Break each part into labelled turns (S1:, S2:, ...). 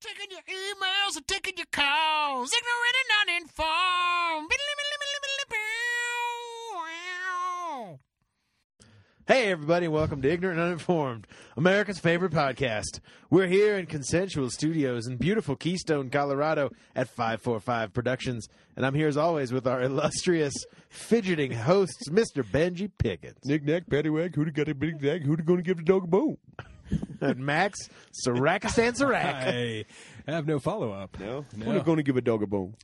S1: Taking your emails and taking your calls. Ignorant and uninformed.
S2: Hey, everybody, and welcome to Ignorant and Uninformed, America's favorite podcast. We're here in Consensual Studios in beautiful Keystone, Colorado at 545 Productions. And I'm here as always with our illustrious fidgeting hosts, Mr. Benji Pickens
S3: Knick knack, paddywhack, who got a big dag, who gonna give the dog a bone?
S2: and Max Sarakistan Sarak.
S4: I have no follow up. No,
S3: Who gonna give a dog a bone?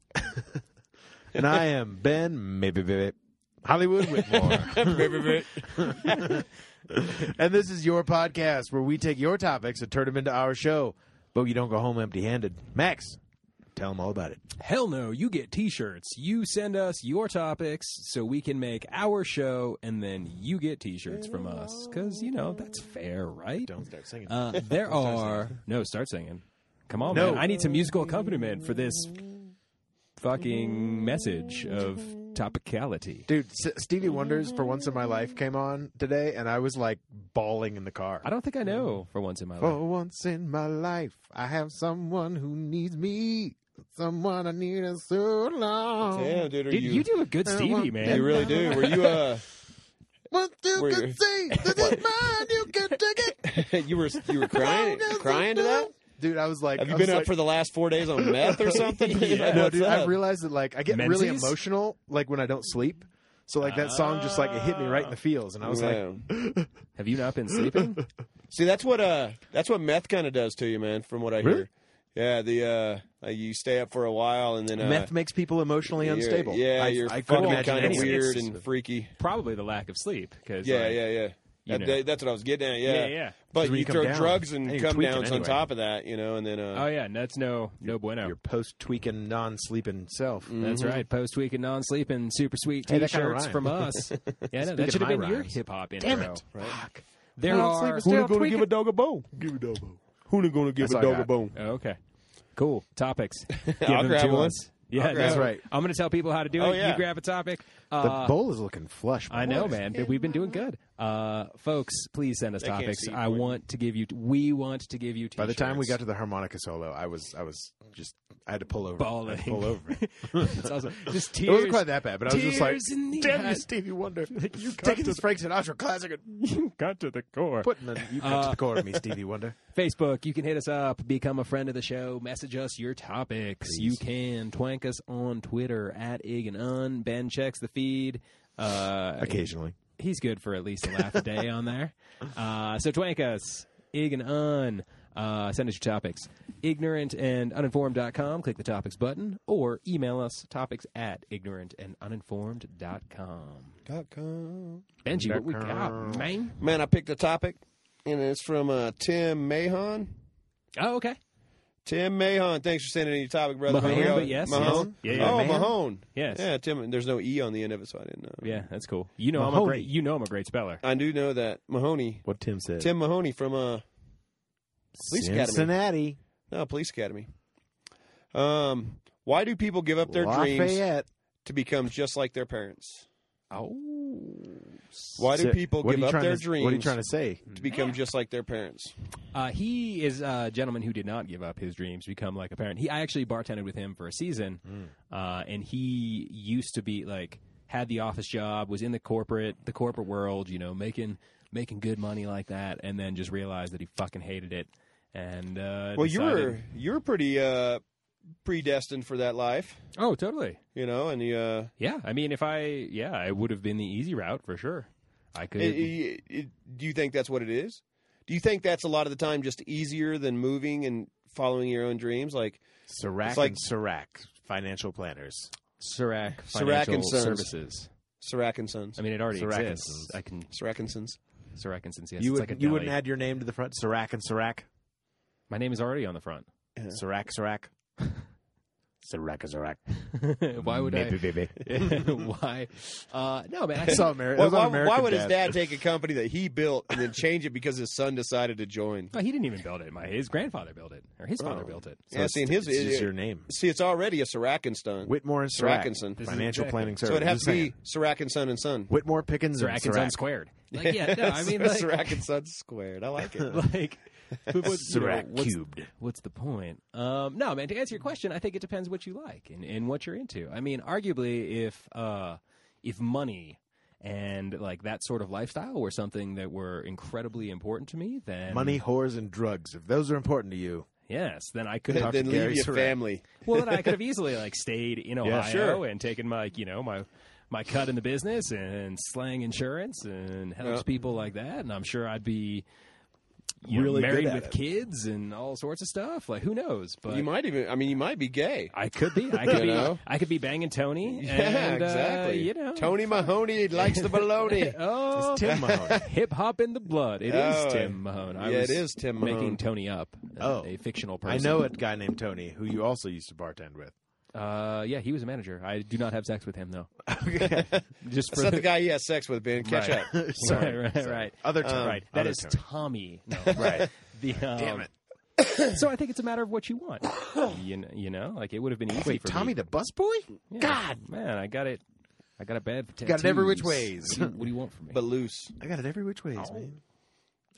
S2: And I am Ben Maybe Maybe- Hollywood Whitmore. and this is your podcast where we take your topics and turn them into our show, but you don't go home empty handed. Max, tell them all about it.
S4: Hell no, you get t shirts. You send us your topics so we can make our show, and then you get t shirts from us. Because, you know, that's fair, right? Don't
S2: start singing.
S4: Uh, there are. No, start singing. Come on,
S2: No.
S4: man. I need some musical accompaniment for this fucking message of topicality.
S2: Dude, S- Stevie Wonder's "For Once in My Life" came on today, and I was like bawling in the car.
S4: I don't think I know for once in my life.
S2: For once in my life, I have someone who needs me, someone I needed so long.
S3: Damn, dude, are
S4: Dude,
S3: you?
S4: you do a good Stevie, man.
S3: You really do. Were you? Uh,
S2: What you
S3: Were
S2: can
S3: you-
S2: see, this is mine. You can take it.
S3: you were you were crying crying to that?
S2: Dude, I was like, I
S3: Have you
S2: was
S3: been up
S2: like-
S3: for the last four days on meth or something? Like,
S2: No,
S3: what's
S2: dude, I
S3: up?
S2: realized that like I get really
S4: Menzies?
S2: emotional like when I don't sleep. So like that song just like it hit me right in the feels, and I was like,
S3: Yeah.
S4: Have you not been sleeping?
S3: See, that's what uh, that's what meth kind of does to you, man. From what I
S2: Really?
S3: hear. Yeah, the uh, like you stay up for a while and then uh,
S2: meth makes people emotionally
S3: you're-
S2: unstable.
S3: Yeah,
S2: I,
S3: you're
S2: I couldn't
S3: fucking
S2: imagine
S3: kind of
S2: anyone.
S3: weird
S2: It's-
S3: and freaky.
S4: Probably the lack of sleep. Cause
S3: Yeah,
S4: like,
S3: yeah, yeah.
S4: you
S3: That-
S4: know.
S3: that- that's what I was getting at. Yeah,
S4: Yeah, yeah.
S3: But
S2: 'Cause when
S3: you,
S2: you come
S3: throw
S2: down,
S3: drugs and,
S2: and you're
S3: come
S2: tweaking
S3: downs on
S2: anyway.
S3: top of that, you know, and then uh,
S4: Oh, yeah, and that's no, no bueno.
S2: your post tweaking non sleeping self.
S3: Mm-hmm.
S4: That's right. Post week and non sleeping super sweet
S2: Mm-hmm. Hey,
S4: t
S2: that kinda
S4: shirts
S2: rhymed.
S4: from us. Yeah, I know,
S2: Speaking
S4: that should
S2: of
S4: have been
S2: my
S4: your
S2: rhymes.
S4: hip hop intro.
S2: Damn it. Fuck.
S4: There
S2: Non-sleeping
S4: are.
S2: still- Who gonna give a
S3: dog a bone? Give a dog a bone. Who gonna give
S2: That's all I got.
S3: bone?
S4: Oh, okay. Cool. Topics. Give
S3: I'll
S4: them
S3: grab
S4: to
S3: one.
S4: us. Yeah,
S3: grab
S2: one. That's right.
S4: I'm going to tell people how to do
S3: Oh,
S4: it.
S3: yeah.
S4: You grab a topic.
S2: The
S4: Uh,
S2: bowl is looking flush.
S4: I know, man. Dude, We've been doing good. Uh, folks, please send us
S3: can't
S4: topics.
S3: see
S4: I
S3: you.
S4: want to give you. We want to give you. T-shirts.
S2: By the time we got to the harmonica solo, I was I was just I had to pull over. I had to
S4: Bawling.
S2: pull over. It
S4: it's also just tears.
S2: wasn't quite that bad, but I was just like,
S4: Tears in the
S2: "Damn you,
S4: eyes."
S2: Stevie Wonder! you taking this Frank Sinatra classic and
S4: got to the core.
S2: putting the, you got to the core of me, Stevie Wonder."
S4: Facebook, you can hit us up, become a friend of the show, message us your topics. You can twank us on Twitter at Ig and Un. Ben checks the feed. Uh,
S2: Occasionally,
S4: He's good for at least a laugh a day on there. Uh, so twank us, Ig and Un. Uh, send us your topics. Ignorant and uninformed.com. Click the topics button or email us topics at ignorant and uninformed.com. Benji, what we got, man?
S3: Man, I picked a topic, and it's from uh, Tim Mahon.
S4: Oh, okay.
S3: Tim Mahon, thanks for sending in your topic, brother.
S4: Mahon,
S3: We got-
S4: but yes,
S3: Mahon.
S4: yes. Yeah, yeah.
S3: Oh,
S4: Mahon?
S3: Mahone.
S4: Yes.
S3: Yeah, Tim. There's no e on the end of it, so I didn't know.
S4: Yeah, that's cool. You know I'm a
S2: Mahoney.
S4: great. You know I'm a great speller.
S3: I do know that Mahoney,
S2: what Tim said.
S3: Tim Mahoney from uh, Police Academy.
S2: Cincinnati,
S3: no, Police Academy. Um, why do people give up their dreams
S2: Lafayette.
S3: to become just like their parents?
S4: Oh.
S3: Why do
S2: So-
S3: people
S2: what are
S3: give
S2: you
S3: up
S2: trying
S3: their
S2: to-
S3: dreams
S2: What are you trying to say?
S3: to become just like their parents?
S4: Uh, he is a gentleman who did not give up his dreams to become like a parent. He I actually bartended with him for a season, uh, and he used to be like had the office job, was in the corporate the corporate world, you know, making making good money like that, and then just realized that he fucking hated it. And uh,
S3: Well, you
S4: decided-
S3: were you were pretty uh, predestined for that life,
S4: oh totally
S3: you know, and you, uh,
S4: yeah. I mean, if I yeah, I would have been the easy route for sure. I could.
S3: it- it- it- do you think that's what it is? Do you think that's a lot of the time just easier than moving and following your own dreams? Like
S2: Sirac
S3: It's like-
S2: and Sirac, financial planners.
S4: Sirac
S3: Sirac
S4: Financial
S3: and Sons.
S4: Services.
S3: Sirac and Sons,
S4: I mean, it already
S2: Sirac and
S4: exists.
S2: Sons.
S4: I can
S3: Sirac and Sons.
S4: Sirac and Sons. Yes,
S2: you
S4: it's
S2: would,
S4: like a
S2: you wouldn't
S4: deli.
S2: add your name to the front, Sirac and Sirac,
S4: My name is already on the front.
S2: Sirac, Sirac, Sirac and Sirac.
S4: why would
S2: Maybe, baby.
S4: I? why? Uh, no, man. I
S2: It's all Ameri-
S3: Why,
S2: it was on
S3: why-
S2: American
S3: why would his dad take a company that he built and then change it because his son decided to join?
S4: no, he didn't even build it. My his grandfather built it, or his father built it.
S3: yeah, see, in his
S2: It's just
S3: it-
S2: your name.
S3: see, it's already a Sirac and Son,
S2: Whitmore and Sirac.
S3: Siracinson. This is
S2: Financial
S4: exactly-
S2: planning
S3: so
S2: service.
S3: it has
S2: Just
S3: to
S2: saying.
S3: be Sirac and Son and Son.
S2: Whitmore, Pickens, and
S4: Sirac and Son
S2: Sirac.
S4: squared. Like, yeah, no, I mean, like,
S3: Sirac and Son squared. I like it.
S4: like But what- you know,
S2: Sirac
S4: what's-
S2: cubed.
S4: What's the point? Um, no, man. To answer your question, I think it depends what you like and, and what you're into. I mean, arguably, if uh, if money and like that sort of lifestyle were something that were incredibly important to me, then
S2: Money, whores, and drugs. If those are important to you,
S4: yes, then I could
S3: then
S4: have
S3: then leave
S2: Gary
S3: your
S2: Surratt.
S3: family.
S4: well, then I could have easily like stayed in Ohio
S3: sure.
S4: and taken my, you know, my my cut in the business and slang insurance and helps
S3: Yeah.
S4: people like that, and I'm sure I'd be you know,
S2: Really good
S4: married
S2: at
S4: with
S2: it.
S4: kids and all sorts of stuff. Like who knows? But
S3: You might even. I mean, you might be gay.
S4: I could be. I could
S3: You
S4: be.
S3: know?
S4: I could be banging Tony.
S3: Yeah,
S4: and, uh,
S3: exactly.
S4: you know,
S3: Tony Mahoney likes the baloney.
S4: Oh,
S2: it's Tim Mahoney.
S4: hip hop in the blood. It is
S3: Oh,
S4: Tim Mahone. I
S3: yeah, it
S4: was
S3: is Tim Mahone.
S4: making Tony up. uh,
S2: Oh.
S4: a fictional
S2: I
S4: person.
S2: know a guy named Tony who you also used to bartend with.
S4: Uh, yeah, he was a manager. I do not have sex with him though.
S2: Okay.
S4: Just
S3: That's
S4: for
S3: not the guy he has sex with, Ben. Catch
S4: Right.
S3: up.
S2: Sorry.
S4: right, right, right.
S2: Other Tony.
S4: right.
S2: Um,
S4: That
S2: Other
S4: is
S2: Tony.
S4: Tommy. No,
S2: Right.
S4: The, um,
S2: Damn it.
S4: So I think it's a matter of what you want. you, know, you know, like it would have been easy
S2: Wait,
S4: for
S2: Tommy
S4: me.
S2: the busboy?
S4: Yeah,
S2: God.
S4: man, I got it. I got it bad. For
S2: Got it every which
S4: tattoos.
S2: ways.
S4: What do you- what do you want from me?
S3: But loose.
S2: I got it every which ways, man.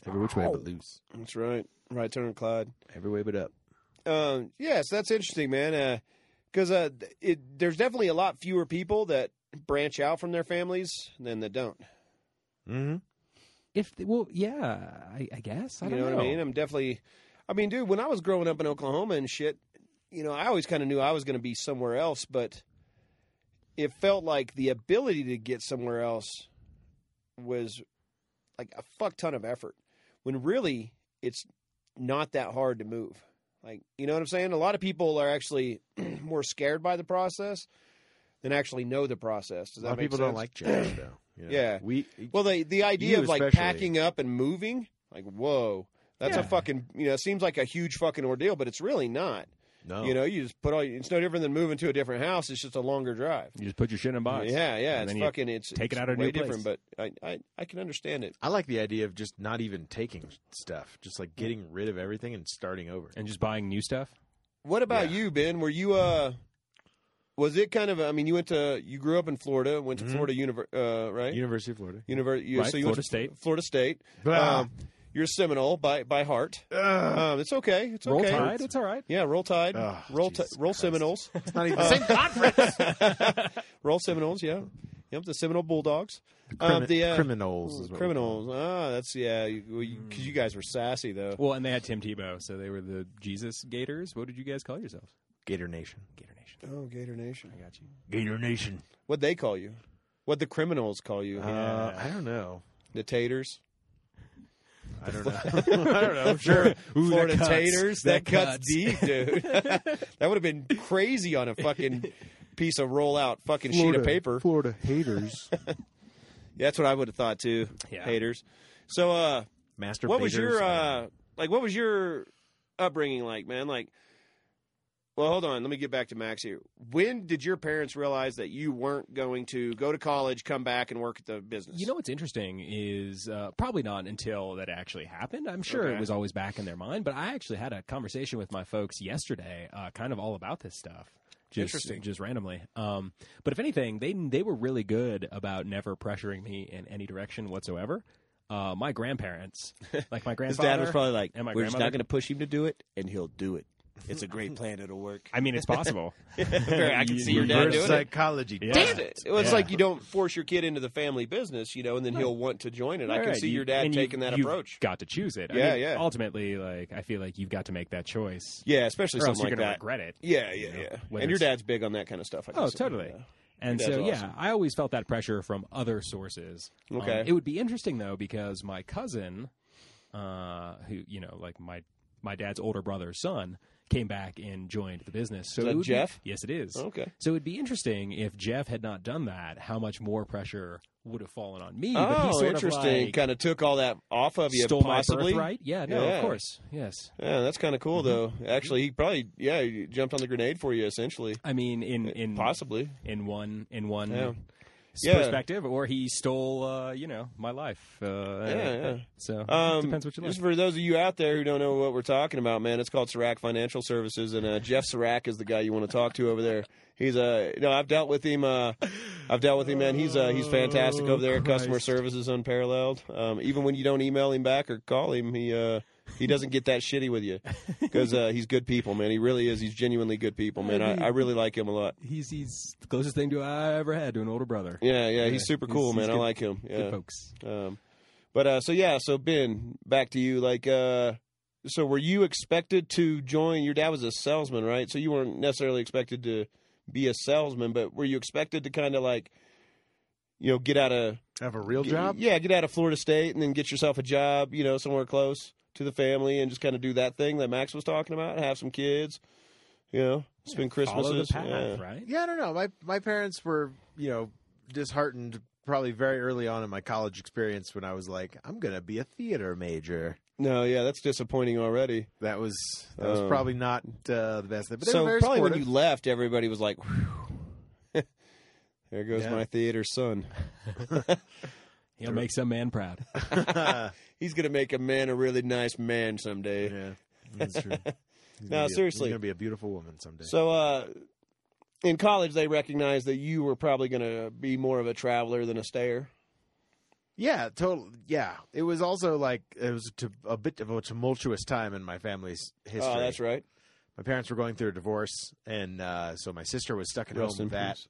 S2: Every which way but loose.
S3: That's right. Right turn, Clyde.
S2: Every way but up.
S3: um, yeah, so that's interesting, man. Because uh, th- it, there's definitely a lot fewer people that branch out from their families than that don't.
S2: Mm-hmm.
S4: If well, yeah, I, I guess I
S3: You
S4: don't
S3: know, what I mean? I'm definitely. I mean, dude, when I was growing up in Oklahoma and shit, you know, I always kind of knew I was going to be somewhere else, but it felt like the ability to get somewhere else was like a fuck ton of effort. When really, it's not that hard to move. Like, you know what I'm saying? A lot of people are actually more scared by the process than actually know the process.
S2: A
S3: Does that
S2: lot of
S3: make
S2: people
S3: sense?
S2: don't like change, though. You know?
S3: Yeah.
S2: We
S3: Well, the the idea
S2: You
S3: of like
S2: especially.
S3: packing up and moving, like whoa, that's a
S4: Yeah.
S3: fucking you know seems like a huge fucking ordeal, but it's really not.
S4: Oh.
S2: no.
S3: You know, you just put all. It's no different than moving to a different house. It's just a longer drive.
S4: You just put your shit in a box.
S3: Yeah, yeah,
S4: And
S3: it's
S4: then you
S3: fucking. It's
S4: take it
S3: it's
S4: out of a
S3: way
S4: new place.
S3: different, but I, I I can understand it.
S2: I like the idea of just not even taking stuff, just like getting rid of everything and starting over.
S4: and just buying new stuff.
S3: What about
S2: Yeah.
S3: you, Ben? Were you uh? Was it kind of? I mean, you went to you grew up in Florida, went to
S2: Mhm.
S3: Florida Univer, uh, right?
S2: University of Florida.
S3: Univer- you,
S4: Mm-hmm. Right,
S3: so you
S4: Florida
S3: went to
S4: State. Ah.
S3: Florida State.
S2: Blah.
S3: Um, you're a Seminole by by heart.
S2: Ugh.
S3: Um, it's okay. It's
S4: Roll
S3: okay.
S4: Tide, it's all right.
S3: Yeah, roll Tide.
S2: Oh,
S3: roll
S2: Jesus
S3: Ti- roll
S2: Christ.
S3: Seminoles.
S2: It's not even the same conference.
S3: roll Seminoles. Yeah, yep. The Seminole Bulldogs. the uh,
S2: criminals. Is what we call
S3: criminals. Ah, that's yeah. Because you, 'cause you guys were sassy though.
S4: Well, and they had Tim Tebow, so they were the Jesus Gators. What did you guys call yourselves?
S2: them. Gator Nation.
S4: Gator Nation.
S3: Oh, Gator Nation.
S4: I got you.
S2: Gator Nation.
S3: What they call you? What the criminals call you?
S2: Uh, I don't know.
S3: the Taters.
S2: I don't know. I don't know. Sure.
S4: Ooh,
S3: Florida
S4: that cuts.
S3: Taters. That,
S4: That
S3: cuts.
S4: cuts.
S3: deep, dude. that would have been crazy on a fucking piece of rollout fucking sheet of paper.
S2: Florida haters.
S3: Yeah, that's what I would have thought too.
S4: Yeah.
S3: Haters. So, uh,
S2: Master.
S3: what was your uh like what was your upbringing like man like well hold on let me get back to max here when did your parents realize that you weren't going to go to college come back and work at the business
S4: You know what's interesting is uh, probably not until that actually happened. I'm sure
S3: Okay.
S4: it was always back in their mind, but I actually had a conversation with my folks yesterday, uh, kind of all about this stuff. Just,
S3: Interesting.
S4: Just randomly. Um, but if anything, they they were really good about never pressuring me in any direction whatsoever. Uh, my grandparents, like my grandfather,
S3: like
S4: and my "We're just grandmother- not
S3: to
S4: gonna
S3: push him to do it and he'll do it it's a great plan it'll work
S4: I mean, it's possible.
S3: i can see your dad
S2: reverse
S3: doing it
S2: psychology?
S4: Yeah.
S3: Damn it. Well, it's
S4: Yeah.
S3: like you don't force your kid into the family business, you know, and then he'll want to join it. I can
S4: Right,
S3: see
S4: you-
S3: your dad
S4: and you-
S3: taking that
S4: you've
S3: approach.
S4: Got to choose it. I
S3: Yeah,
S4: mean,
S3: yeah.
S4: Ultimately, like I feel like you've got to make that choice,
S3: Yeah, especially
S4: or else
S3: something
S4: you're
S3: like
S4: going to
S3: that.
S4: regret it.
S3: Yeah, yeah,
S4: know,
S3: yeah.
S4: whether
S3: And your
S4: it's-
S3: dad's big on that kind of stuff. I
S4: Oh,
S3: guess.
S4: totally.
S3: Yeah.
S4: And
S3: Your dad's
S4: so, yeah,
S3: awesome.
S4: I always felt that pressure from other sources. Um,
S3: Okay.
S4: it would be interesting though because my cousin, uh, who you know, like my my dad's older brother's son, came back and joined the business.
S3: Is
S4: So it
S3: that
S4: would be-
S3: Jeff?
S4: yes, it is.
S3: Okay.
S4: So it'd be interesting if Jeff had not done that. How much more pressure would have fallen on me? but he
S3: Oh,
S4: sort
S3: interesting.
S4: Of like,
S3: kind of took all that off of you,
S4: stole
S3: possibly.
S4: my birthright. Mm-hmm. Yeah. No.
S3: Yeah.
S4: Of course. Yes.
S3: Yeah, that's kind of cool, though. Actually, he probably yeah he jumped on the grenade for you, essentially,
S4: I mean, in in
S3: possibly.
S4: in one in one
S3: Yeah.
S4: s-
S3: Yeah.
S4: perspective, or he stole, uh, you know, my life. Uh,
S3: Yeah, yeah.
S4: So
S3: Um,
S4: depends what you like.
S3: Just for those of you out there who don't know what we're talking about, man, it's called Sirac Financial Services, and uh, Jeff Sirac is the guy you want to talk to over there. He's uh, no, I've dealt with him. Uh, I've dealt with him, man. He's uh, he's fantastic over there.
S4: Oh,
S3: Customer
S4: Christ.
S3: service is unparalleled. Um, even when you don't email him back or call him, he uh, He doesn't get that shitty with you because uh, he's good people, man. He really is. He's genuinely good people, man. I, I really like him a lot.
S4: He's he's the closest thing to I ever had to an older brother.
S3: Yeah, yeah, he's
S4: Yeah,
S3: super
S4: he's-
S3: cool,
S4: he's
S3: man. I
S4: good-
S3: like him.
S4: Good
S3: Yeah.
S4: folks.
S3: Um, but uh, so yeah, so Ben, back to you. Like, uh, so were you expected to join? Your dad was a salesman, right? So you weren't necessarily expected to be a salesman, but were you expected to kind of like, you know, get out of
S2: Have a real
S3: get-
S2: job.
S3: Yeah, get out of Florida State and then get yourself a job, you know, somewhere close to the family and just kind of do that thing that Max was talking about. Have some kids, you know, spend Christmases.
S4: Follow the path,
S3: yeah.
S4: right?
S2: Yeah, I don't know. My my parents were, you know, disheartened probably very early on in my college experience when I was like, I'm gonna be a theater major.
S3: No, yeah, that's disappointing already.
S2: That was that was
S3: Um,
S2: probably not uh, the best thing. But they
S3: so
S2: were
S3: probably
S2: very
S3: when
S2: supportive.
S3: you left, everybody was like, "Whew, "There goes
S2: Yeah.
S3: my theater son.
S4: He'll make some man proud.
S3: He's gonna make a man a really nice man someday."
S2: yeah, that's true. He's
S3: No,
S2: gonna be a-
S3: seriously.
S2: he's gonna be a beautiful woman someday.
S3: So, uh, in college, they recognized that you were probably gonna be more of a traveler than a stayer.
S2: Yeah, total. Yeah, it was also like it was t- a bit of a tumultuous time in my family's history.
S3: Oh, that's right.
S2: My parents were going through a divorce, and uh, so my sister was stuck at
S3: Rest
S2: home
S3: in
S2: with that.
S3: peace.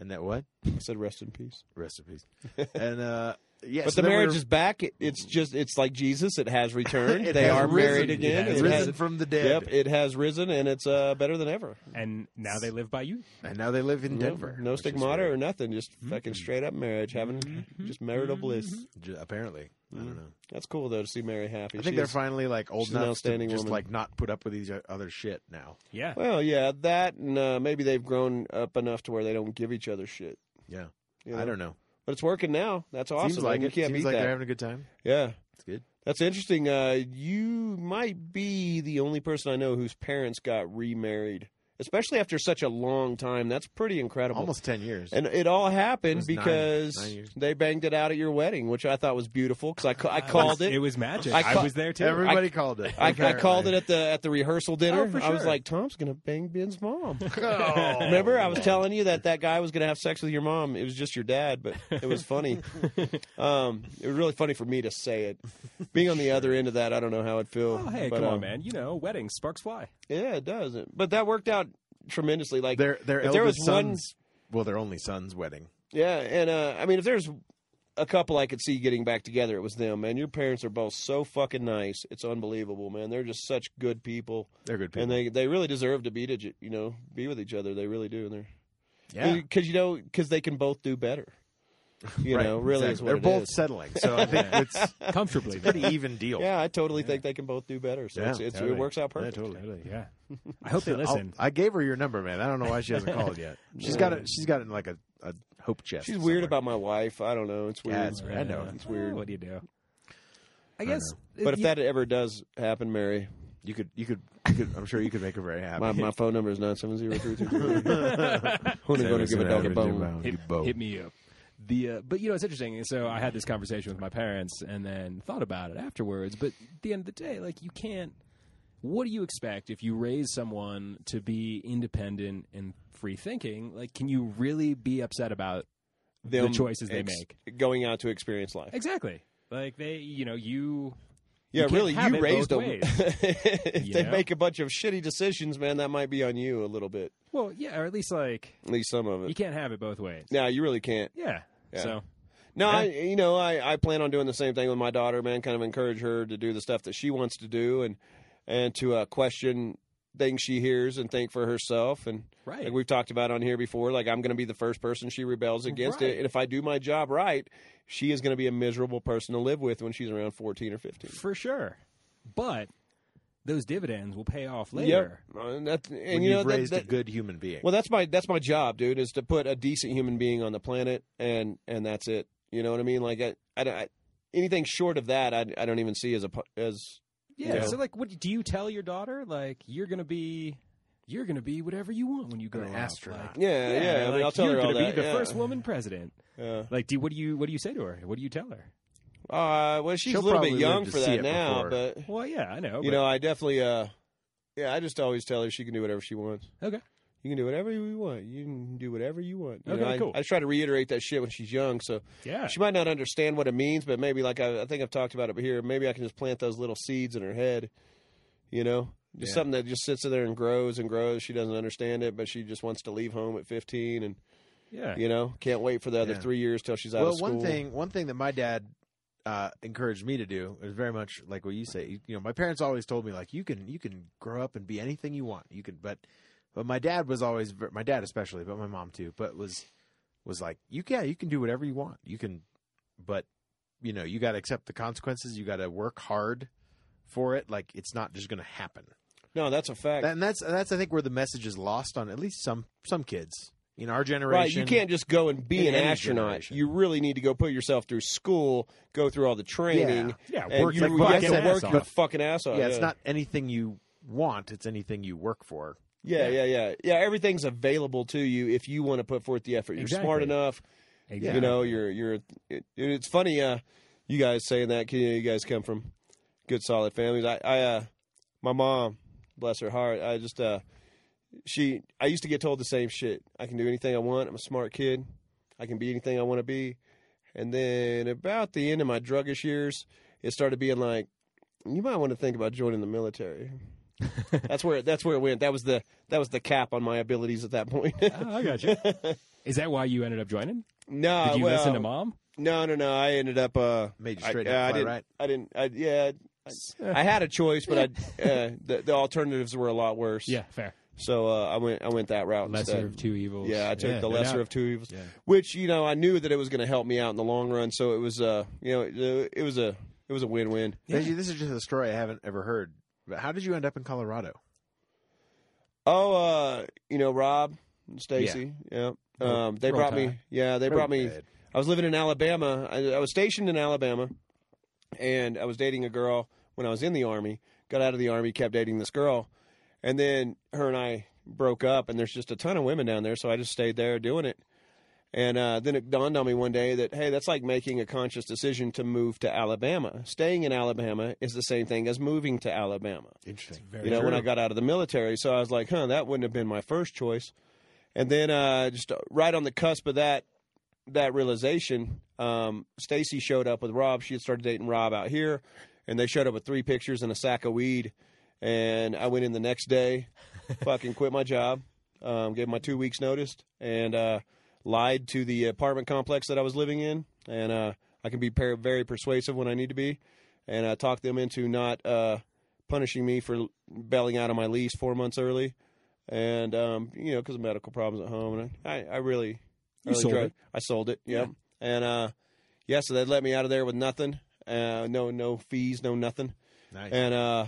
S2: And that what
S3: I said, "Rest in peace."
S2: recipes? and uh, yeah,
S3: But
S2: so
S3: the
S2: then we
S3: marriage
S2: were-
S3: is back. It, it's just it's like Jesus. It has returned.
S2: It
S3: they
S2: has
S3: are
S2: risen.
S3: married again.
S4: It has
S2: It's
S3: It
S2: risen
S3: has-
S2: from the dead,
S3: Yep, it has risen, and it's uh, better than ever.
S4: And now they live by you.
S2: and now they live in
S3: Yep.
S2: Denver.
S3: no
S2: which is Mm-hmm.
S3: stigmata
S2: weird.
S3: or nothing. Just fucking straight up marriage, having
S2: Mm-hmm.
S3: just marital bliss.
S2: J- apparently. I don't know.
S3: That's cool though to see Mary happy.
S2: I think
S3: Mm. She
S2: they're
S3: is-
S2: finally like old
S3: she's an
S2: enough
S3: outstanding
S2: to just
S3: woman.
S2: like not put up with these o- other shit now.
S4: Yeah.
S3: Well, yeah, that and uh, maybe they've grown up enough to where they don't give each other shit.
S2: Yeah.
S3: you know?
S2: I don't know.
S3: But it's working now. That's awesome.
S2: Seems like
S3: man. you
S2: it.
S3: can't
S2: Seems
S3: beat
S2: like
S3: that.
S2: they're having a good time.
S3: Yeah,
S2: It's good.
S3: that's interesting. Uh, you might be the only person I know whose parents got remarried, especially after such a long time. That's pretty incredible.
S2: Almost ten years.
S3: And it all happened
S2: It was nine-
S3: because
S2: nine years.
S3: they banged it out at your wedding, which I thought was beautiful because I, ca- I called it.
S4: It was magic.
S3: I
S4: I,
S3: ca-
S4: was there too.
S2: Everybody called it.
S3: I, I
S2: apparently.
S3: called it at the at the rehearsal dinner.
S4: Oh, for
S3: I was
S4: sure.
S3: like, Tom's gonna bang Ben's mom.
S2: Oh.
S3: Remember, I was telling you that that guy was gonna have sex with your mom. It was just your dad, but it was funny. um, it was really funny for me to say it. Being on the other end of that, I don't know how it feel.
S4: oh, hey,
S3: but,
S4: come on,
S3: um,
S4: man. You know, weddings, sparks fly.
S3: Yeah, it does. But that worked out tremendously. Like
S2: their their
S3: if
S2: eldest
S3: there was one-
S2: son's well, their only son's wedding.
S3: Yeah, and uh, I mean, if there's a couple I could see getting back together, it was them. Man, your parents are both so fucking nice. It's unbelievable, man. They're just such good people,
S2: They're good people.
S3: and they they really deserve to be to j- you know be with each other. They really do. And they're
S2: yeah.
S3: because you know because they can both do better. You
S2: Right,
S3: know, really is
S2: exactly.
S3: what
S2: They're
S3: it
S2: both
S3: is.
S2: settling, so I think it's a
S4: Comfortably.
S2: pretty even deal.
S3: Yeah, I totally think they can both do better. So
S2: Yeah,
S3: it's, it's,
S2: totally.
S3: it works out
S2: Yeah,
S3: perfect.
S2: totally.
S4: yeah. I hope they
S2: I'll-
S4: listen.
S2: I gave her your number, man. I don't know why she hasn't called yet. She's got it. She's got it in like a, a hope chest.
S3: She's weird
S2: somewhere.
S3: about my wife. I don't know. It's weird.
S2: Yeah, it's weird. I know.
S3: It's weird.
S4: What do you do? I guess.
S3: But if that ever does happen, Mary,
S2: You could. You could. You could. I'm sure you could make her very happy.
S3: my, my phone number is nine seven zero three three. Who's going to give a dog a bone?
S4: hit, hit me up. The uh, but you know it's interesting. So I had this conversation with my parents and then thought about it afterwards. But at the end of the day, like you can't. What do you expect if you raise someone to be independent and free thinking? Like, can you really be upset about
S3: them
S4: the choices they
S3: ex-
S4: make?
S3: going out to experience life.
S4: Exactly. Like they, you know, you.
S3: yeah,
S4: can't
S3: really,
S4: have
S3: you
S4: it
S3: raised
S4: both
S3: them.
S4: ways.
S3: if
S4: You
S3: they
S4: know?
S3: make a bunch of shitty decisions, man, that might be on you a little bit.
S4: Well, yeah, or at least like
S3: At least some of
S4: you
S3: it.
S4: can't have it both ways.
S3: No, you really can't.
S4: Yeah.
S3: Yeah.
S4: So
S3: No,
S4: Yeah.
S3: I, you know, I, I plan on doing the same thing with my daughter, man. Kind of encourage her to do the stuff that she wants to do, and and to uh, question things she hears and think for herself. And
S4: Right.
S3: like we've talked about on here before, like I'm going to be the first person she rebels against,
S4: Right.
S3: and if I do my job right, she is going to be a miserable person to live with when she's around 14 or 15.
S4: for sure, but those dividends will pay off later.
S3: Yep. Uh, And, that, and
S2: When
S3: you know,
S2: you've
S3: that-
S2: raised
S3: that-
S2: a good human being.
S3: well, that's my that's my job, dude, is to put a decent human being on the planet, and and that's it. You know what I mean? Like I, I, don't- I- anything short of that, I, I don't even see as a po- as
S4: Yeah.
S3: Yeah.
S4: So like, what do you tell your daughter? Like, you're gonna be, you're gonna be whatever you want when you grow
S2: An
S4: up.
S2: astronaut.
S4: Like,
S3: yeah, yeah. I mean,
S4: like,
S3: I'll tell
S4: you're
S3: her all
S4: gonna
S3: that.
S4: be the
S3: yeah.
S4: first woman president.
S3: Yeah.
S4: Like, do what do you what do you say to her? What do you tell her?
S3: Uh, well, she's
S2: She'll
S3: a little
S2: probably
S3: bit
S2: live
S3: young
S2: to
S3: for
S2: see
S3: that
S2: it
S3: now,
S2: before.
S3: but
S4: Well, yeah, I know.
S3: you
S4: but-
S3: know, I definitely, uh, yeah, I just always tell her she can do whatever she wants.
S4: okay.
S3: You can do whatever you want. You can do whatever you want. You
S4: Okay,
S3: know, I,
S4: cool.
S3: I try to reiterate that shit when she's young, so
S4: Yeah.
S3: she might not understand what it means, but maybe like I, I think I've talked about it here. Maybe I can just plant those little seeds in her head, you know, just
S4: Yeah.
S3: something that just sits in there and grows and grows. She doesn't understand it, but she just wants to leave home at 15, and
S4: Yeah.
S3: you know, can't wait for the other
S2: Yeah.
S3: three years till she's out
S2: well,
S3: of school.
S2: one thing, one thing that my dad uh, encouraged me to do is very much like what you say. You, you know, my parents always told me like you can you can grow up and be anything you want. You can, but but my dad was always ver- my dad especially, but my mom too. But was was like you yeah you can do whatever you want. You can, but you know you got to accept the consequences. You got to work hard for it. Like it's not just going to happen.
S3: No, that's a fact.
S2: And that's that's I think where the message is lost on at least some some kids in our generation.
S3: Right, you can't just go and be
S2: in
S3: an
S2: any
S3: astronaut.
S2: generation.
S3: You really need to go put yourself through school, go through all the training,
S4: Yeah,
S3: and
S2: work
S3: you,
S2: your
S3: you
S2: fucking
S3: have to
S2: ass
S3: work your
S4: off.
S3: fucking ass off.
S2: yeah, it's not anything you want; it's anything you work for.
S3: Yeah, yeah, yeah, yeah. Everything's available to you if you want to put forth the effort. You're smart
S4: Exactly.
S3: enough.
S4: Exactly.
S3: You know, you're you're. It, it's funny, uh, you guys saying that. 'cause, You, know, you guys come from good, solid families. I, I, uh, my mom, bless her heart, I just, uh, she, I used to get told the same shit. I can do anything I want. I'm a smart kid. I can be anything I want to be. And then about the end of my druggish years, it started being like, you might want to think about joining the military. that's where that's where it went. That was the that was the cap on my abilities at that point.
S4: Oh, I got you. Is that why you ended up joining?
S3: no,
S4: Did you
S3: Uh, well,
S4: listen to mom?
S3: No, no, no. I ended up. Uh,
S2: Made you
S3: I-
S2: straight
S3: uh,
S2: up,
S3: I
S2: fly
S3: didn't.
S2: right?
S3: I didn't. I, yeah, I, I had a choice, but I uh, the, the alternatives were a lot worse.
S4: Yeah, fair.
S3: So uh, I went. I went that route.
S4: Lesser
S3: instead.
S4: of two evils.
S3: Yeah, I took the
S4: no
S3: lesser
S4: doubt.
S3: of two evils,
S4: Yeah.
S3: which you know I knew that it was going to help me out in the long run. So it was, uh, you know, it, it was a it was a win win.
S2: Actually, This is just a story I haven't ever heard. But how did you end up in Colorado?
S3: Oh, uh, you know, Rob, and Stacy, yeah, um, they
S4: Roll
S3: brought me.
S4: Tide.
S3: Yeah, they
S2: Roll
S3: brought me.
S2: Tide.
S3: I was living in Alabama. I, I was stationed in Alabama, and I was dating a girl when I was in the army. Got out of the army, kept dating this girl, and then her and I broke up. And there's just a ton of women down there, so I just stayed there doing it. And uh, then it dawned on me one day that hey, that's like making a conscious decision to move to Alabama. Staying in Alabama is the same thing as moving to Alabama
S2: Interesting.
S3: you know, when I got out of the military. So I was like, huh, that wouldn't have been my first choice. And then uh, just right on the cusp of that that realization, um, Stacy showed up with Rob. She had started dating Rob out here, and they showed up with three pictures and a sack of weed. And I went in the next day, fucking quit my job, um, gave my two weeks notice, and uh, lied to the apartment complex that I was living in. And uh, I can be per- very persuasive when I need to be. And I talked them into not uh, punishing me for bailing out of my lease four months early, and um, you know because of medical problems at home. And I, I really, I
S4: You
S3: really
S4: sold
S3: tried-
S4: it.
S3: I sold it. Yeah, and uh, yeah, so they let me out of there with nothing. Uh, no, no fees, no nothing,
S2: Nice.
S3: and uh,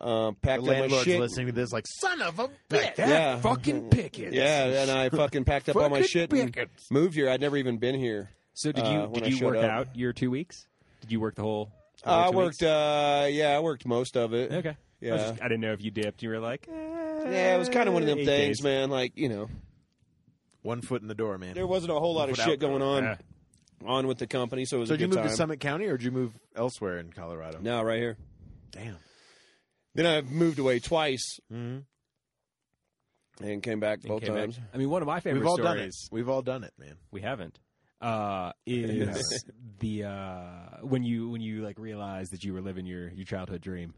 S3: um,
S2: the
S3: packed up my
S2: landlord's
S3: shit.
S2: listening to this, like son of a
S1: Like
S2: bitch.
S1: that
S3: Yeah.
S1: fucking picket.
S3: Yeah, and I fucking packed up all my
S1: Fucking
S3: shit and
S1: pickets.
S3: moved here. I'd never even been here.
S4: So did
S3: uh,
S4: you
S3: when
S4: did
S3: I
S4: you
S3: showed
S4: work
S3: up.
S4: out your two weeks? Did you work the whole? the whole
S3: I
S4: two
S3: worked.
S4: weeks?
S3: Uh, yeah, I worked most of it.
S4: okay. I,
S3: Yeah.
S4: was just- I didn't know if you dipped. You were like, eh,
S3: Yeah, it was kind of one of them
S4: eight
S3: things,
S4: days.
S3: man. Like you know,
S2: One foot in the door, man.
S3: there wasn't a whole lot of
S2: Without-
S3: shit going on
S4: Yeah.
S3: on with the company, so it was
S2: so
S3: a
S2: did you
S3: good
S2: move to
S3: time.
S2: Summit County, or did you move elsewhere in Colorado?
S3: No, right here.
S2: Damn.
S3: Then I moved away twice
S2: Mhm.
S3: and came back
S4: Mm-hmm. And
S3: both
S4: came back.
S3: times.
S4: I mean, one of my favorite
S2: We've all done it.
S4: stories.
S2: We've all done it, man.
S4: we haven't uh is the uh when you when you like realize that you were living your your childhood dream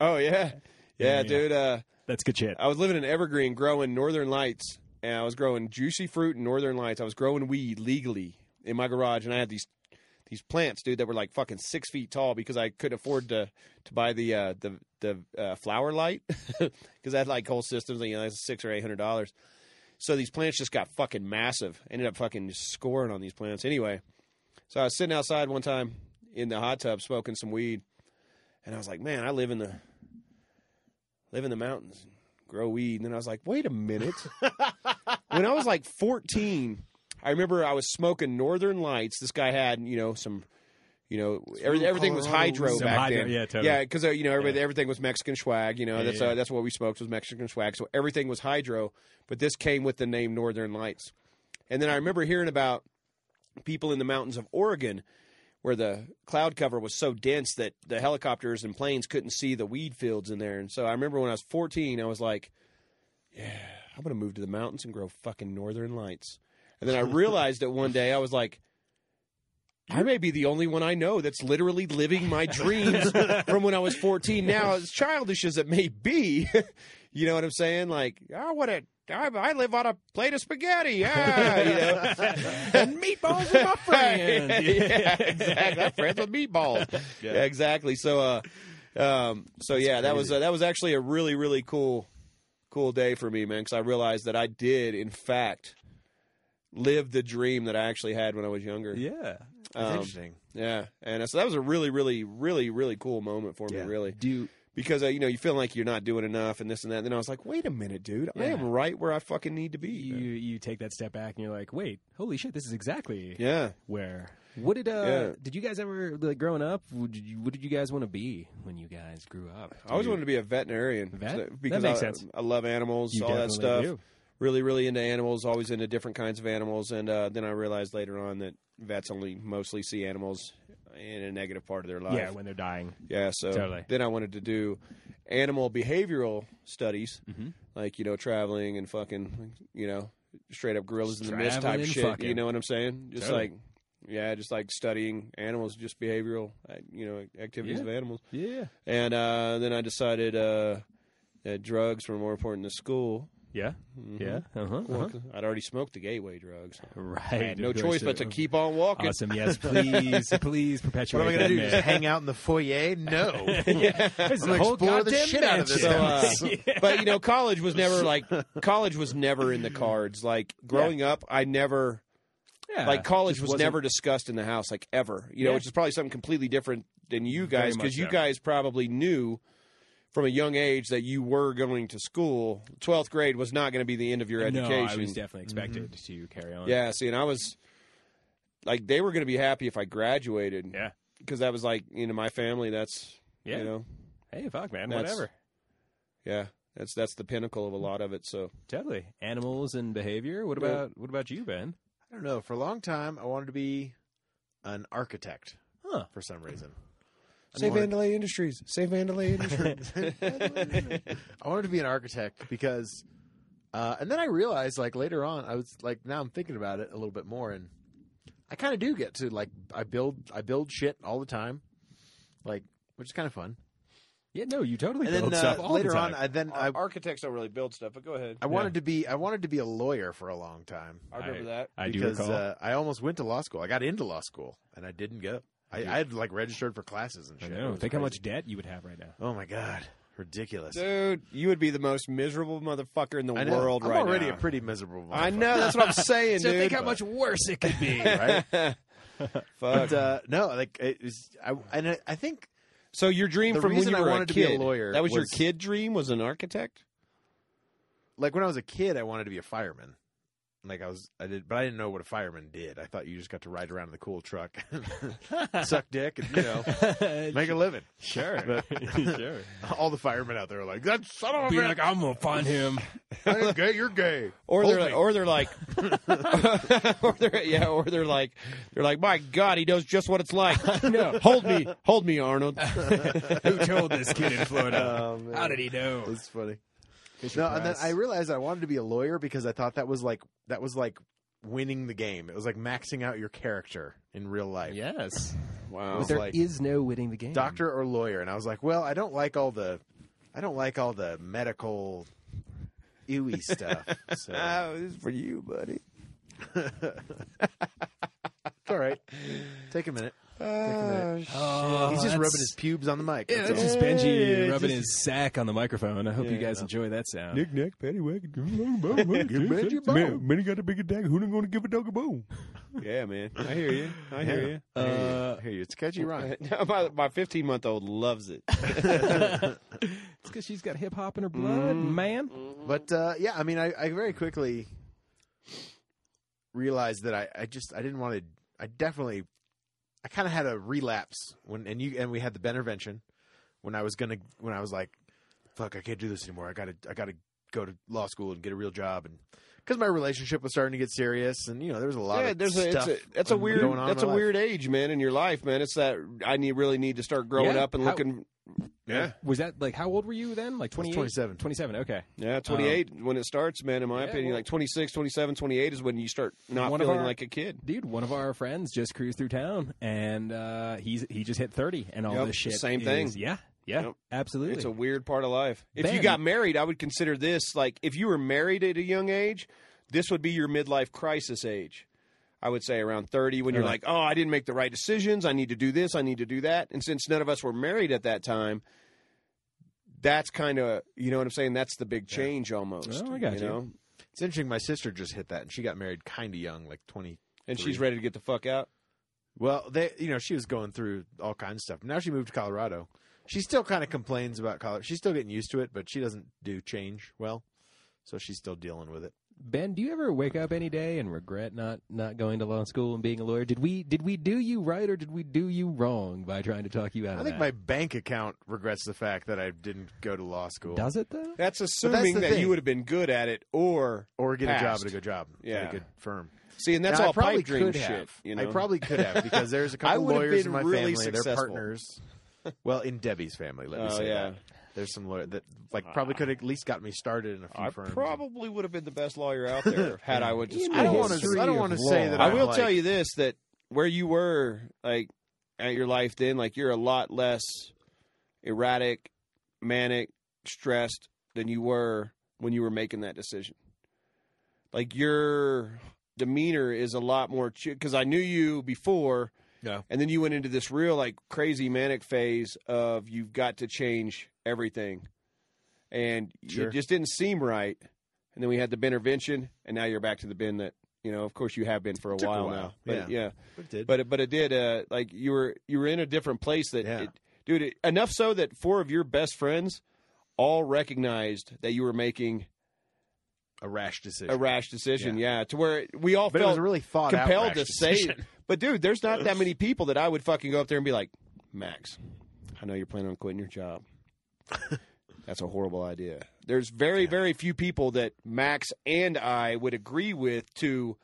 S3: Oh yeah. Yeah,
S4: Yeah, yeah.
S3: dude. Uh,
S4: that's good shit
S3: I was living in Evergreen, growing Northern Lights, and I was growing juicy fruit and Northern Lights. I was growing weed legally in my garage, and I had these these plants, dude, that were like fucking six feet tall because I couldn't afford to to buy the uh, the the uh, flower light because I had like whole systems, you know, that's six or eight hundred dollars. So these plants just got fucking massive. Ended up fucking just scoring on these plants anyway. So I was sitting outside one time in the hot tub smoking some weed, and I was like, man, I live in the live in the mountains grow weed. And then I was like, wait a minute. when I was like 14, I remember I was smoking Northern Lights. This guy had, you know, some, you know, every, everything was
S2: Colorado
S3: hydro
S2: weed.
S4: Some
S3: back
S4: hydro-
S3: then.
S4: yeah, totally.
S3: Yeah, because, you know, everybody,
S4: Yeah.
S3: everything was Mexican swag. You know,
S4: Yeah,
S3: that's,
S4: yeah.
S3: Uh, that's what we smoked was Mexican swag. So everything was hydro, but this came with the name Northern Lights. And then I remember hearing about people in the mountains of Oregon where the cloud cover was so dense that the helicopters and planes couldn't see the weed fields in there. And so I remember when I was 14, I was like, yeah, I'm going to move to the mountains and grow fucking northern lights. And then I realized that one day I was like, I may be the only one I know that's literally living my dreams from when I was 14. Now, as childish as it may be, you know what I'm saying? Like, I want to. I, I live on a plate of spaghetti. Yeah, you know?
S4: and meatballs are my friend.
S3: yeah, exactly. I'm friends with meatballs.
S2: Yeah.
S3: Yeah, exactly. So, uh, um, so yeah, that was uh, that was actually a really really cool cool day for me, man, because I realized that I did in fact live the dream that I actually had when I was younger.
S4: yeah.
S2: That's
S3: Um,
S2: interesting.
S3: yeah. And uh, so that was a really really really really cool moment for me,
S2: Yeah.
S3: really,
S4: Do you,
S3: because uh, you know you feel like you're not doing enough and this and that. And then I was like, wait a minute, dude, I
S4: Yeah.
S3: am right where I fucking need to be.
S4: you you take that step back and you're like, wait, holy shit, this is exactly
S3: yeah.
S4: where. What did uh?
S3: Yeah.
S4: Did you guys ever like growing up? What did you, what did you guys want to be when you guys grew up?
S3: I always
S4: Did you-
S3: wanted to be a veterinarian
S4: Vet?
S3: so-
S4: That
S3: because
S4: makes
S3: I,
S4: sense.
S3: I love animals,
S4: you
S3: all that
S4: definitely
S3: stuff.
S4: do.
S3: Really, really into animals. Always into different kinds of animals, and uh, then I realized later on that vets only mostly see animals in a negative part of their life.
S4: Yeah, when they're dying.
S3: Yeah, so
S4: Totally.
S3: then I wanted to do animal behavioral studies,
S4: Mhm.
S3: like you know, traveling and fucking, you know, straight up gorillas in the mist
S4: Traveling
S3: type
S4: and
S3: shit. You
S4: fucking.
S3: know what I'm saying? Just
S4: Totally.
S3: like, yeah, just like studying animals, just behavioral, uh, you know, activities
S4: Yeah.
S3: of animals.
S4: Yeah.
S3: And uh, then I decided uh, that drugs were more important than school.
S4: Yeah.
S3: Mhm.
S4: Yeah. Uh huh.
S3: Well, I'd already smoked the gateway drugs.
S4: Right.
S3: I had no
S4: of course,
S3: choice but to
S4: uh,
S3: keep on walking.
S4: Awesome. Yes. Please, please perpetuate
S2: What am I
S4: that
S2: going to do?
S4: myth.
S2: Just hang out in the foyer? No.
S4: This is
S2: I'm gonna
S4: a whole
S2: explore the
S4: goddamn
S2: shit out of this
S4: mansion.
S3: house. So, uh, But you know, college was never like college was never in the cards. Like growing up, I never
S4: yeah.
S3: like college
S4: just
S3: was
S4: wasn't-
S3: never discussed in the house like ever. You know,
S4: Yeah.
S3: which is probably something completely different than you guys
S4: much
S3: because you
S4: so.
S3: guys probably knew from a young age that you were going to school. Twelfth grade was not going to be the end of your
S4: No,
S3: education.
S4: I was definitely
S2: Mm-hmm.
S4: expected to carry on.
S3: Yeah, see, and I was like, they were going to be happy if I graduated.
S4: Yeah.
S3: because that was like, you know, my family. That's
S4: Yeah.
S3: you know,
S4: Hey, fuck, man.
S3: That's-
S4: Whatever.
S3: yeah, that's that's the pinnacle of a lot of it. So
S4: Totally. Animals and behavior. What
S3: Yeah.
S4: about what about you, Ben?
S2: I don't know. For a long time, I wanted to be an architect
S4: Huh.
S2: for some reason. I
S3: Save
S2: wanted-
S3: Vandalay Industries. Save Vandalay Industries.
S2: I wanted to be an architect because, uh, and then I realized like later on, I was like, now I'm thinking about it a little bit more, and I kind of do get to like, I build, I build shit all the time, like, which is kind of fun.
S4: Yeah, no, you totally
S2: And then
S4: build stuff
S2: uh,
S4: all
S2: later
S4: the time.
S2: on, I then I,
S3: Architects don't really build stuff, but go ahead.
S2: I wanted to be, I wanted to be a lawyer for a long time.
S3: I remember that.
S4: I do
S2: because
S4: recall.
S2: Uh, I almost went to law school. I got into law school, and I didn't go. I, I had like registered for classes and
S4: I
S2: shit. It
S4: know.
S2: was
S4: Think how
S2: crazy.
S4: much debt you would have right now.
S2: Oh my god, ridiculous!
S3: Dude, you would be the most miserable motherfucker in the
S2: I know.
S3: world
S2: I'm
S3: right
S2: already
S3: now.
S2: a pretty miserable.
S3: I
S2: motherfucker.
S3: know. That's what I'm saying,
S4: So
S3: dude.
S4: think how much worse it could be.
S2: right?
S3: Fuck.
S2: But uh, no, like it was, I, and I, I think
S3: so your dream
S2: the
S3: from when
S2: reason
S3: you
S2: I
S3: were
S2: wanted
S3: a
S2: to be
S3: kid,
S2: a lawyer
S3: That was, your
S2: was-
S3: kid dream. Was an architect.
S2: like when I was a kid, I wanted to be a fireman. Like I was, I did, but I didn't know what a fireman did. I thought you just got to ride around in the cool truck, suck dick, and you know, make a living.
S4: sure.
S2: But-
S4: sure.
S2: All the firemen out there are like, "That son of a
S4: Be
S2: bitch,
S4: like, I'm gonna find him.
S2: I'm gay, you're gay."
S3: Or
S2: Hold
S3: they're
S2: me.
S3: or they're like, or they're yeah, or they're like, they're like, my God, he knows just what it's like.
S4: No.
S3: hold me, hold me, Arnold.
S4: Who told this kid in Florida?
S2: Oh, man.
S4: how did he know?
S2: That's funny. no, and then I realized I wanted to be a lawyer because I thought that was like that was like winning the game. It was like maxing out your character in real life.
S4: Yes.
S3: Wow.
S2: It was
S4: There is
S2: like
S4: no winning the game.
S2: doctor or lawyer, and I was like, well, I don't like all the, I don't like all the medical, ewy stuff. So it's
S3: Oh, this is for you, buddy.
S2: all right. Take a minute.
S3: Oh,
S4: Oh,
S2: He's just
S4: that's-
S2: rubbing his pubes on the mic.
S4: Yeah,
S2: That's
S4: that's
S2: all.
S4: just
S3: Yeah,
S4: Benji rubbing
S3: just-
S4: his sack on the microphone. I hope you
S3: Yeah,
S4: guys
S2: no.
S4: enjoy that sound.
S5: Nick Nack, Patty Wack, man,
S2: your bone.
S5: man, he got a bigger dagger. Who ain't gonna give a dog a bone?
S3: yeah, man. I hear you. I hear you.
S2: I hear you.
S4: Uh,
S2: I hear you. It's a catchy rhyme.
S3: No, my my 15 month old loves it.
S4: Uh, It's because she's got hip hop in her blood, man.
S3: Mm.
S2: But uh, yeah, I mean, I, I very quickly realized that I, I just I didn't want to. I definitely, I kind of had a relapse when and you and we had the Benervention when I was gonna when I was like, fuck, I can't do this anymore. I gotta I gotta go to law school and get a real job and because my relationship was starting to get serious and you know there was a lot
S3: Yeah,
S2: of
S3: there's a, it's
S2: stuff
S3: a that's a
S2: going
S3: weird
S2: on in
S3: that's
S2: my
S3: a
S2: life.
S3: weird age, man, in your life, man. It's that I need really need to start growing
S4: Yeah.
S3: up and
S4: How-
S3: looking
S2: Yeah.
S4: Was that like how old were you then? Like 28?
S2: 27.
S4: 27, okay.
S3: Yeah, 28
S2: Oh.
S3: when it starts, man, in my
S4: Yeah,
S3: opinion.
S4: well-
S3: like 26, 27, 28 is when you start not
S4: One of
S3: feeling
S4: our-
S3: like a kid.
S4: Dude, one of our friends just cruised through town and uh, he's he just hit 30 and all
S3: Yep,
S4: this shit.
S3: same
S4: is-
S3: thing.
S4: Yeah. Yeah.
S3: Yep.
S4: Absolutely.
S3: It's a weird part of life. If you
S4: Ben-
S3: got married, I would consider this like if you were married at a young age, this would be your midlife crisis age. I would say around 30 when you're
S4: Yeah.
S3: like, "Oh, I didn't make the right decisions. I need to do this, I need to do that." And since none of us were married at that time, that's kind of, you know what I'm saying? That's the big change almost.
S4: Oh, I got you.
S3: know?
S2: It's interesting. My sister just hit that, and she got married kind of young, like twenty.
S3: And
S2: Three.
S3: she's ready to get the fuck out.
S2: Well, they, you know, she was going through all kinds of stuff. Now she moved to Colorado. She still kind of complains about Colorado. She's still getting used to it, but she doesn't do change well, so she's still dealing with it.
S4: Ben, do you ever wake up any day and regret not not going to law school and being a lawyer? Did we did we do you right or did we do you wrong by trying to talk you out
S2: I
S4: of
S2: think my
S4: that?
S2: bank account regrets the fact that I didn't go to law school
S4: Does it though?
S3: That's assuming
S2: the
S3: that
S2: thing.
S3: you would have been good at it or
S2: or get a job
S3: Passed.
S2: at a good job, at
S3: Yeah.
S2: a good firm.
S3: See, and that's
S2: Now, I
S3: all
S2: probably
S3: pipe dream
S2: could
S3: shit,
S2: have.
S3: you know.
S2: I probably could have because there's a
S3: I
S2: couple
S3: would have
S2: lawyers in my
S3: been really
S2: family. They're
S3: successful.
S2: partners. Well, in Debbie's family, let me
S3: Oh,
S2: say
S3: yeah. Ah.
S2: that. There's some lawyer that like probably could have at least got me started in a few
S3: I
S2: firms.
S3: probably would have been the best lawyer out there had I would.
S4: You
S3: Just
S4: know,
S2: I don't want
S4: history
S2: to. I don't
S4: of
S2: want to
S4: law.
S2: say that.
S3: I
S2: I'm,
S3: will
S2: like-
S3: tell you this: that where you were, like at your life then, like you're a lot less erratic, manic, stressed than you were when you were making that decision. Like your demeanor is a lot more because I knew you before,
S2: Yeah.
S3: and then you went into this real like crazy manic phase of you've got to change everything, and
S2: Sure.
S3: it just didn't seem right. And then we had the intervention, and now you're back to the bin that you know. Of course, you have been for a,
S2: Took a
S3: while,
S2: while,
S3: now, but yeah.
S2: It did.
S3: but it, but it did. Uh, like you were you were in a different place that,
S2: Yeah.
S3: it, dude. It, enough so that four of your best friends all recognized that you were making
S2: a rash decision.
S3: a rash decision. Yeah, to where we all
S2: but it
S3: felt
S2: was a really thought out
S3: compelled
S2: rash
S3: to say.
S2: decision.
S3: it. But dude, there's not that many people that I would fucking go up there and be like, Max, I know you're planning on quitting your job. That's a horrible idea. There's very, very few people that Max and I would agree with to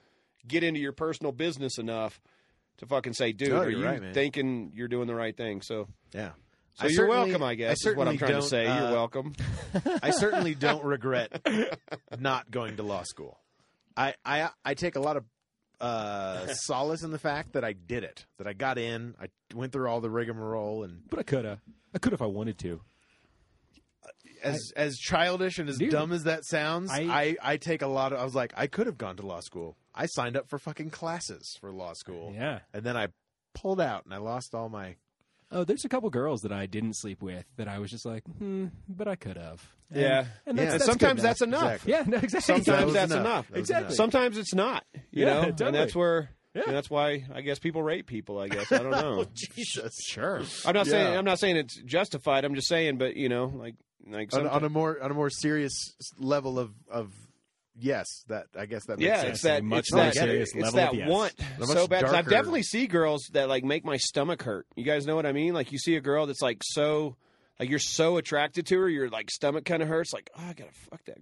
S3: get into your personal business enough to fucking say, dude,
S2: No,
S3: are
S2: you're
S3: you
S2: right, man.
S3: thinking you're doing the right thing? So,
S2: Yeah.
S3: so you're welcome, I guess. is what I'm trying to say. you're welcome.
S2: uh, I certainly don't regret not going to law school. I I, I take a lot of uh, solace in the fact that I did it, that I got in, I went through all the rigmarole, and
S4: But I coulda. I could if I wanted to.
S2: as as childish and as
S4: Dude.
S2: dumb as that sounds, I,
S4: I-
S2: I take a lot of. I was like, I could have gone to law school. I signed up for fucking classes for law school,
S4: Yeah.
S2: and then I pulled out and I lost all my.
S4: Oh, there's a couple girls that I didn't sleep with that I was just like, hmm, but I could have. And-
S3: Yeah.
S4: And
S2: Yeah.
S4: that's,
S3: And
S4: that's
S3: sometimes
S4: good
S3: that's enough.
S2: Exactly.
S4: enough. Yeah, no, exactly.
S3: Sometimes
S2: That
S3: that's
S2: was
S3: enough.
S2: That was
S4: Exactly.
S2: enough.
S3: Sometimes it's not, you
S4: Yeah,
S3: know,
S4: totally.
S3: and that's where
S4: Yeah.
S3: and that's why I guess people rape people. I guess I don't know.
S2: Jesus, sure.
S3: I'm not saying
S2: Yeah.
S3: I'm not saying it's justified. I'm just saying, but you know, like like
S2: on,
S3: some,
S2: on a more on a more serious level of of yes, that I guess that makes
S3: yeah,
S2: sense.
S3: it's that
S4: much
S3: it's
S4: more
S3: that,
S4: serious
S3: it's
S4: level
S3: that
S4: of yes.
S3: want
S2: much
S3: so bad. 'Cause I
S2: darker-
S3: definitely see girls that like make my stomach hurt. You guys know what I mean? Like you see a girl that's like so. Like you're so attracted to her, your like stomach kind of hurts. Like, oh, I gotta fuck that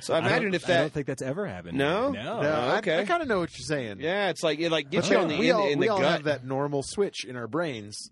S3: So I
S4: I
S3: imagine
S4: don't-
S3: if
S4: I
S3: that,
S4: don't think that's ever happened.
S3: No?
S4: No.
S2: No, I- I,
S3: oh, okay.
S2: kind of know what you're saying.
S3: yeah, it's like it like
S2: But
S3: gets you on the
S2: we
S3: in,
S2: all,
S3: in
S2: we
S3: the
S2: all
S3: gut.
S2: have that normal switch in our brains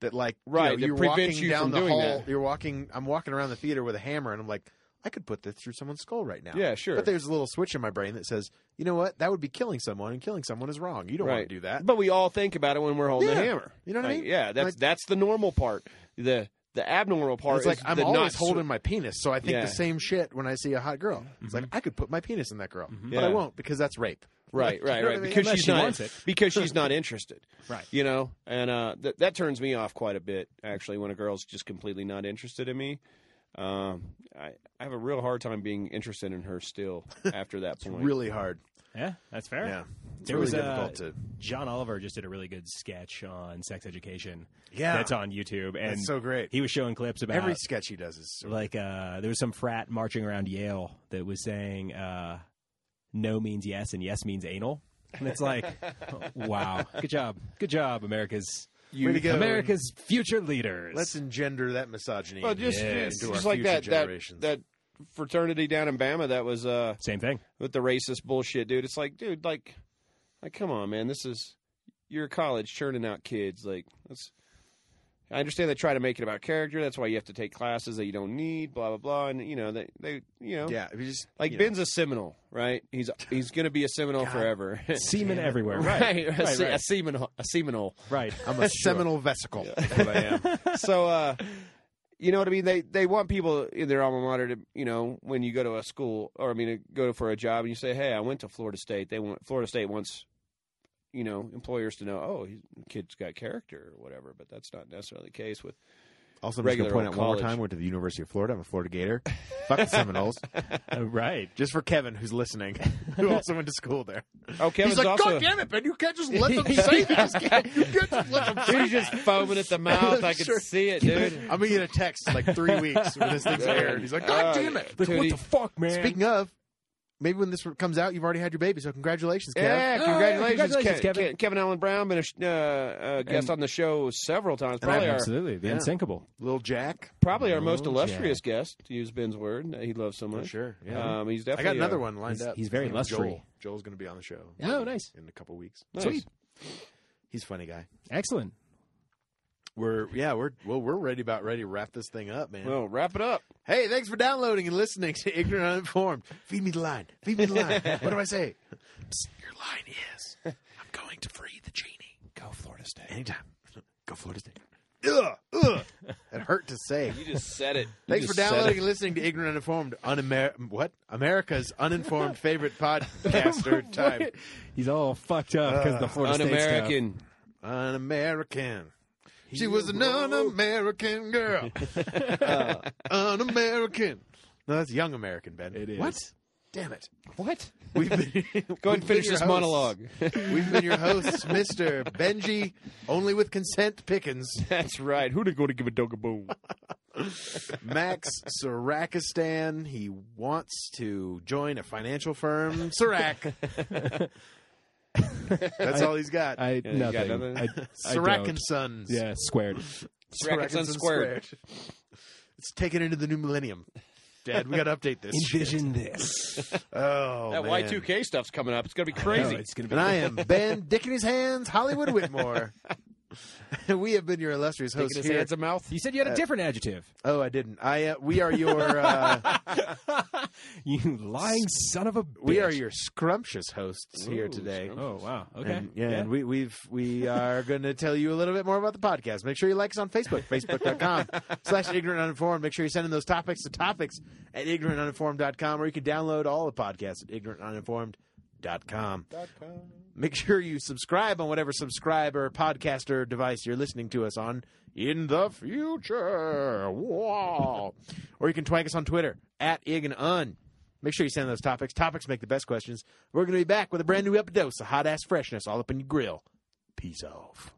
S2: that like you know,
S3: Right, that
S2: you're
S3: prevents
S2: walking
S3: you
S2: down
S3: from
S2: the
S3: doing
S2: hall.
S3: that.
S2: You're walking. I'm walking around the theater with a hammer, and I'm like, I could put this through someone's skull right now.
S3: Yeah, sure.
S2: But there's a little switch in my brain that says, you know what, that would be killing someone, and killing someone is wrong. You don't want
S3: Right.
S2: to do that.
S3: But we all think about it when we're holding
S2: Yeah.
S3: a hammer.
S2: You know what I
S3: Like,
S2: mean?
S3: Yeah, that's
S2: Like-
S3: that's the normal part. The the abnormal part
S2: It's like
S3: is
S2: I'm
S3: the
S2: always
S3: not
S2: holding my penis, so I think
S3: Yeah. Mm-hmm.
S2: the same shit when I see a hot girl. It's like I could put my penis in that girl, but I
S3: Yeah.
S2: won't because that's rape.
S3: Right, right,
S2: know what I
S3: right.
S2: mean?
S3: Because
S4: Unless
S3: she's
S4: she
S3: not
S4: wants it.
S3: because she's not interested.
S4: Right.
S3: You know, and uh, th- that turns me off quite a bit actually when a girl's just completely not interested in me. Um, I, I have a real hard time being interested in her still after that point.
S2: Really hard.
S4: Yeah, that's fair.
S2: Yeah, it's
S4: There
S2: really
S4: was
S3: uh,
S4: a,
S2: difficult to.
S4: John Oliver just did a really good sketch on sex education.
S2: Yeah.
S4: that's on YouTube, and
S2: That's so great.
S4: He was showing clips about
S2: Every sketch he does is so
S4: like uh, there was some frat marching around Yale that was saying uh, no means yes and yes means anal, and it's like, wow, good job, good job, America's
S2: Way to go.
S4: America's future leaders.
S2: Let's engender that misogyny.
S3: Well, just,
S4: Yes.
S2: into our
S3: just like
S2: future
S3: that, that
S2: generations.
S3: that fraternity down in Bama that was uh,
S4: same thing.
S3: with the racist bullshit, dude. It's like, dude, like, like, come on, man. This is you're a college churning out kids. Like, let's I understand they try to make it about character. That's why you have to take classes that you don't need. Blah blah blah. And you know they they you know
S2: Yeah, if you just
S3: like
S2: you know.
S3: Ben's a Seminole, right? He's he's going to be a Seminole forever.
S4: Semen everywhere.
S3: Right, a,
S4: Right,
S3: se- a
S4: right.
S3: Seminole, a Seminole.
S4: Right.
S2: I'm a seminal vesicle. That's what I am.
S3: so uh you know what I mean? They they want people in their alma mater to you know when you go to a school or I mean go for a job and you say, hey, I went to Florida State. They want Florida State wants you know employers to know, oh, he's, the kid's got character or whatever. But that's not necessarily the case with
S2: Also, I'm just going
S3: Regular
S2: to point out
S3: old
S2: one more
S3: college.
S2: time. Went to the University of Florida. I'm a Florida Gator. Fuck the Seminoles.
S4: Uh, right.
S2: Just for Kevin, who's listening, who also went to school there.
S3: oh, Kevin's
S2: He's like,
S3: also
S2: God damn it, man! You can't just let them say this. Kevin. You can't just let them say
S3: he's just foaming at the mouth. I can
S2: Sure.
S3: see it, dude.
S2: I'm gonna get a text in like three weeks when this thing's aired. He's like,
S3: Uh,
S2: God damn it!
S4: Like,
S3: Dude,
S4: what
S3: he-
S4: the fuck, man?
S2: Speaking of, maybe when this comes out, you've already had your baby. So congratulations, Kev.
S3: Yeah, congratulations,
S4: congratulations,
S3: Kevin.
S4: Kevin.
S3: Kevin Allen Brown been a sh- uh, uh, guest
S4: And-
S3: on the show several times.
S2: I-
S3: Probably our,
S4: Absolutely. The
S2: Yeah.
S4: unsinkable.
S2: Little Jack.
S3: probably our most
S4: Oh,
S3: illustrious guest. To use Ben's word, that he loves so much.
S2: sure.
S3: Um, he's
S2: I
S3: definitely
S2: got another
S3: uh,
S2: one lined
S4: he's-
S2: up.
S4: he's very
S2: His name's
S4: lustry.
S2: Joel. Joel's going to be on the show.
S4: Oh, nice.
S2: In a couple weeks.
S3: Nice.
S4: Sweet.
S2: He's a funny guy.
S4: Excellent.
S2: We're yeah, we're well, we're ready about ready to wrap this thing up, man.
S3: Well, wrap it up.
S2: Hey, thanks for downloading and listening to Ignorant Uninformed. Feed me the line. Feed me the line. what do I say? Psst, your line is I'm going to free the genie. Go Florida State. Anytime. Go Florida State. Ugh, ugh. It hurt to say.
S3: You just said it.
S2: Thanks for downloading and listening to Ignorant Uninformed, unamer- what? America's uninformed favorite podcaster type.
S4: He's all fucked up because the Florida State stuff.
S3: Uh, Un-American.
S2: An American. She was an un-American girl. Uh, un-American. No, that's Young American, Ben.
S4: It is.
S2: What? Damn it.
S3: What?
S2: We've been,
S3: Go ahead and finish this monologue.
S2: We've been your hosts, Mr. Benji, only with consent Pickens,
S3: That's right. Who did go to give a dog a boom?
S2: Max Sarakistan. He wants to join a financial firm, Sirac. That's all he's got.
S4: I
S3: Yeah, you got
S4: nothing.
S3: nothing?
S4: I, I
S2: Sirac
S4: don't.
S2: and Sons.
S4: Yeah, squared.
S3: Sirac and Sons squared.
S2: It's taken into the new millennium. Dad, we got to update this.
S4: Envision this.
S2: Oh,
S3: that
S2: man.
S3: Y two K stuff's coming up. It's gonna be crazy.
S4: it's gonna be.
S2: And I am Ben Dick in his hands, Hollywood Whitmore. we have been your illustrious
S3: Taking
S2: hosts
S3: his
S2: here.
S3: hands and mouth.
S4: You said you had a different adjective.
S2: Oh, I didn't. I uh, we are your uh,
S4: You lying son of a. Bitch.
S2: we are your scrumptious hosts here
S3: Ooh,
S2: today.
S3: scrumptious.
S4: Oh wow. Okay.
S2: And, yeah, and we, we've we are going to tell you a little bit more about the podcast. Make sure you like us on Facebook, facebook.com slash ignorant uninformed. Make sure you send in those topics to topics at ignorantuninformed.com, or you can download all the podcasts at ignorantuninformed.com. Make sure you subscribe on whatever subscriber, podcaster device you're listening to us on in the future. Wow. or you can twag us on Twitter at ig and un. Make sure you send those topics. Topics make the best questions. We're going to be back with a brand new episode of hot ass freshness all up in your grill. Peace off.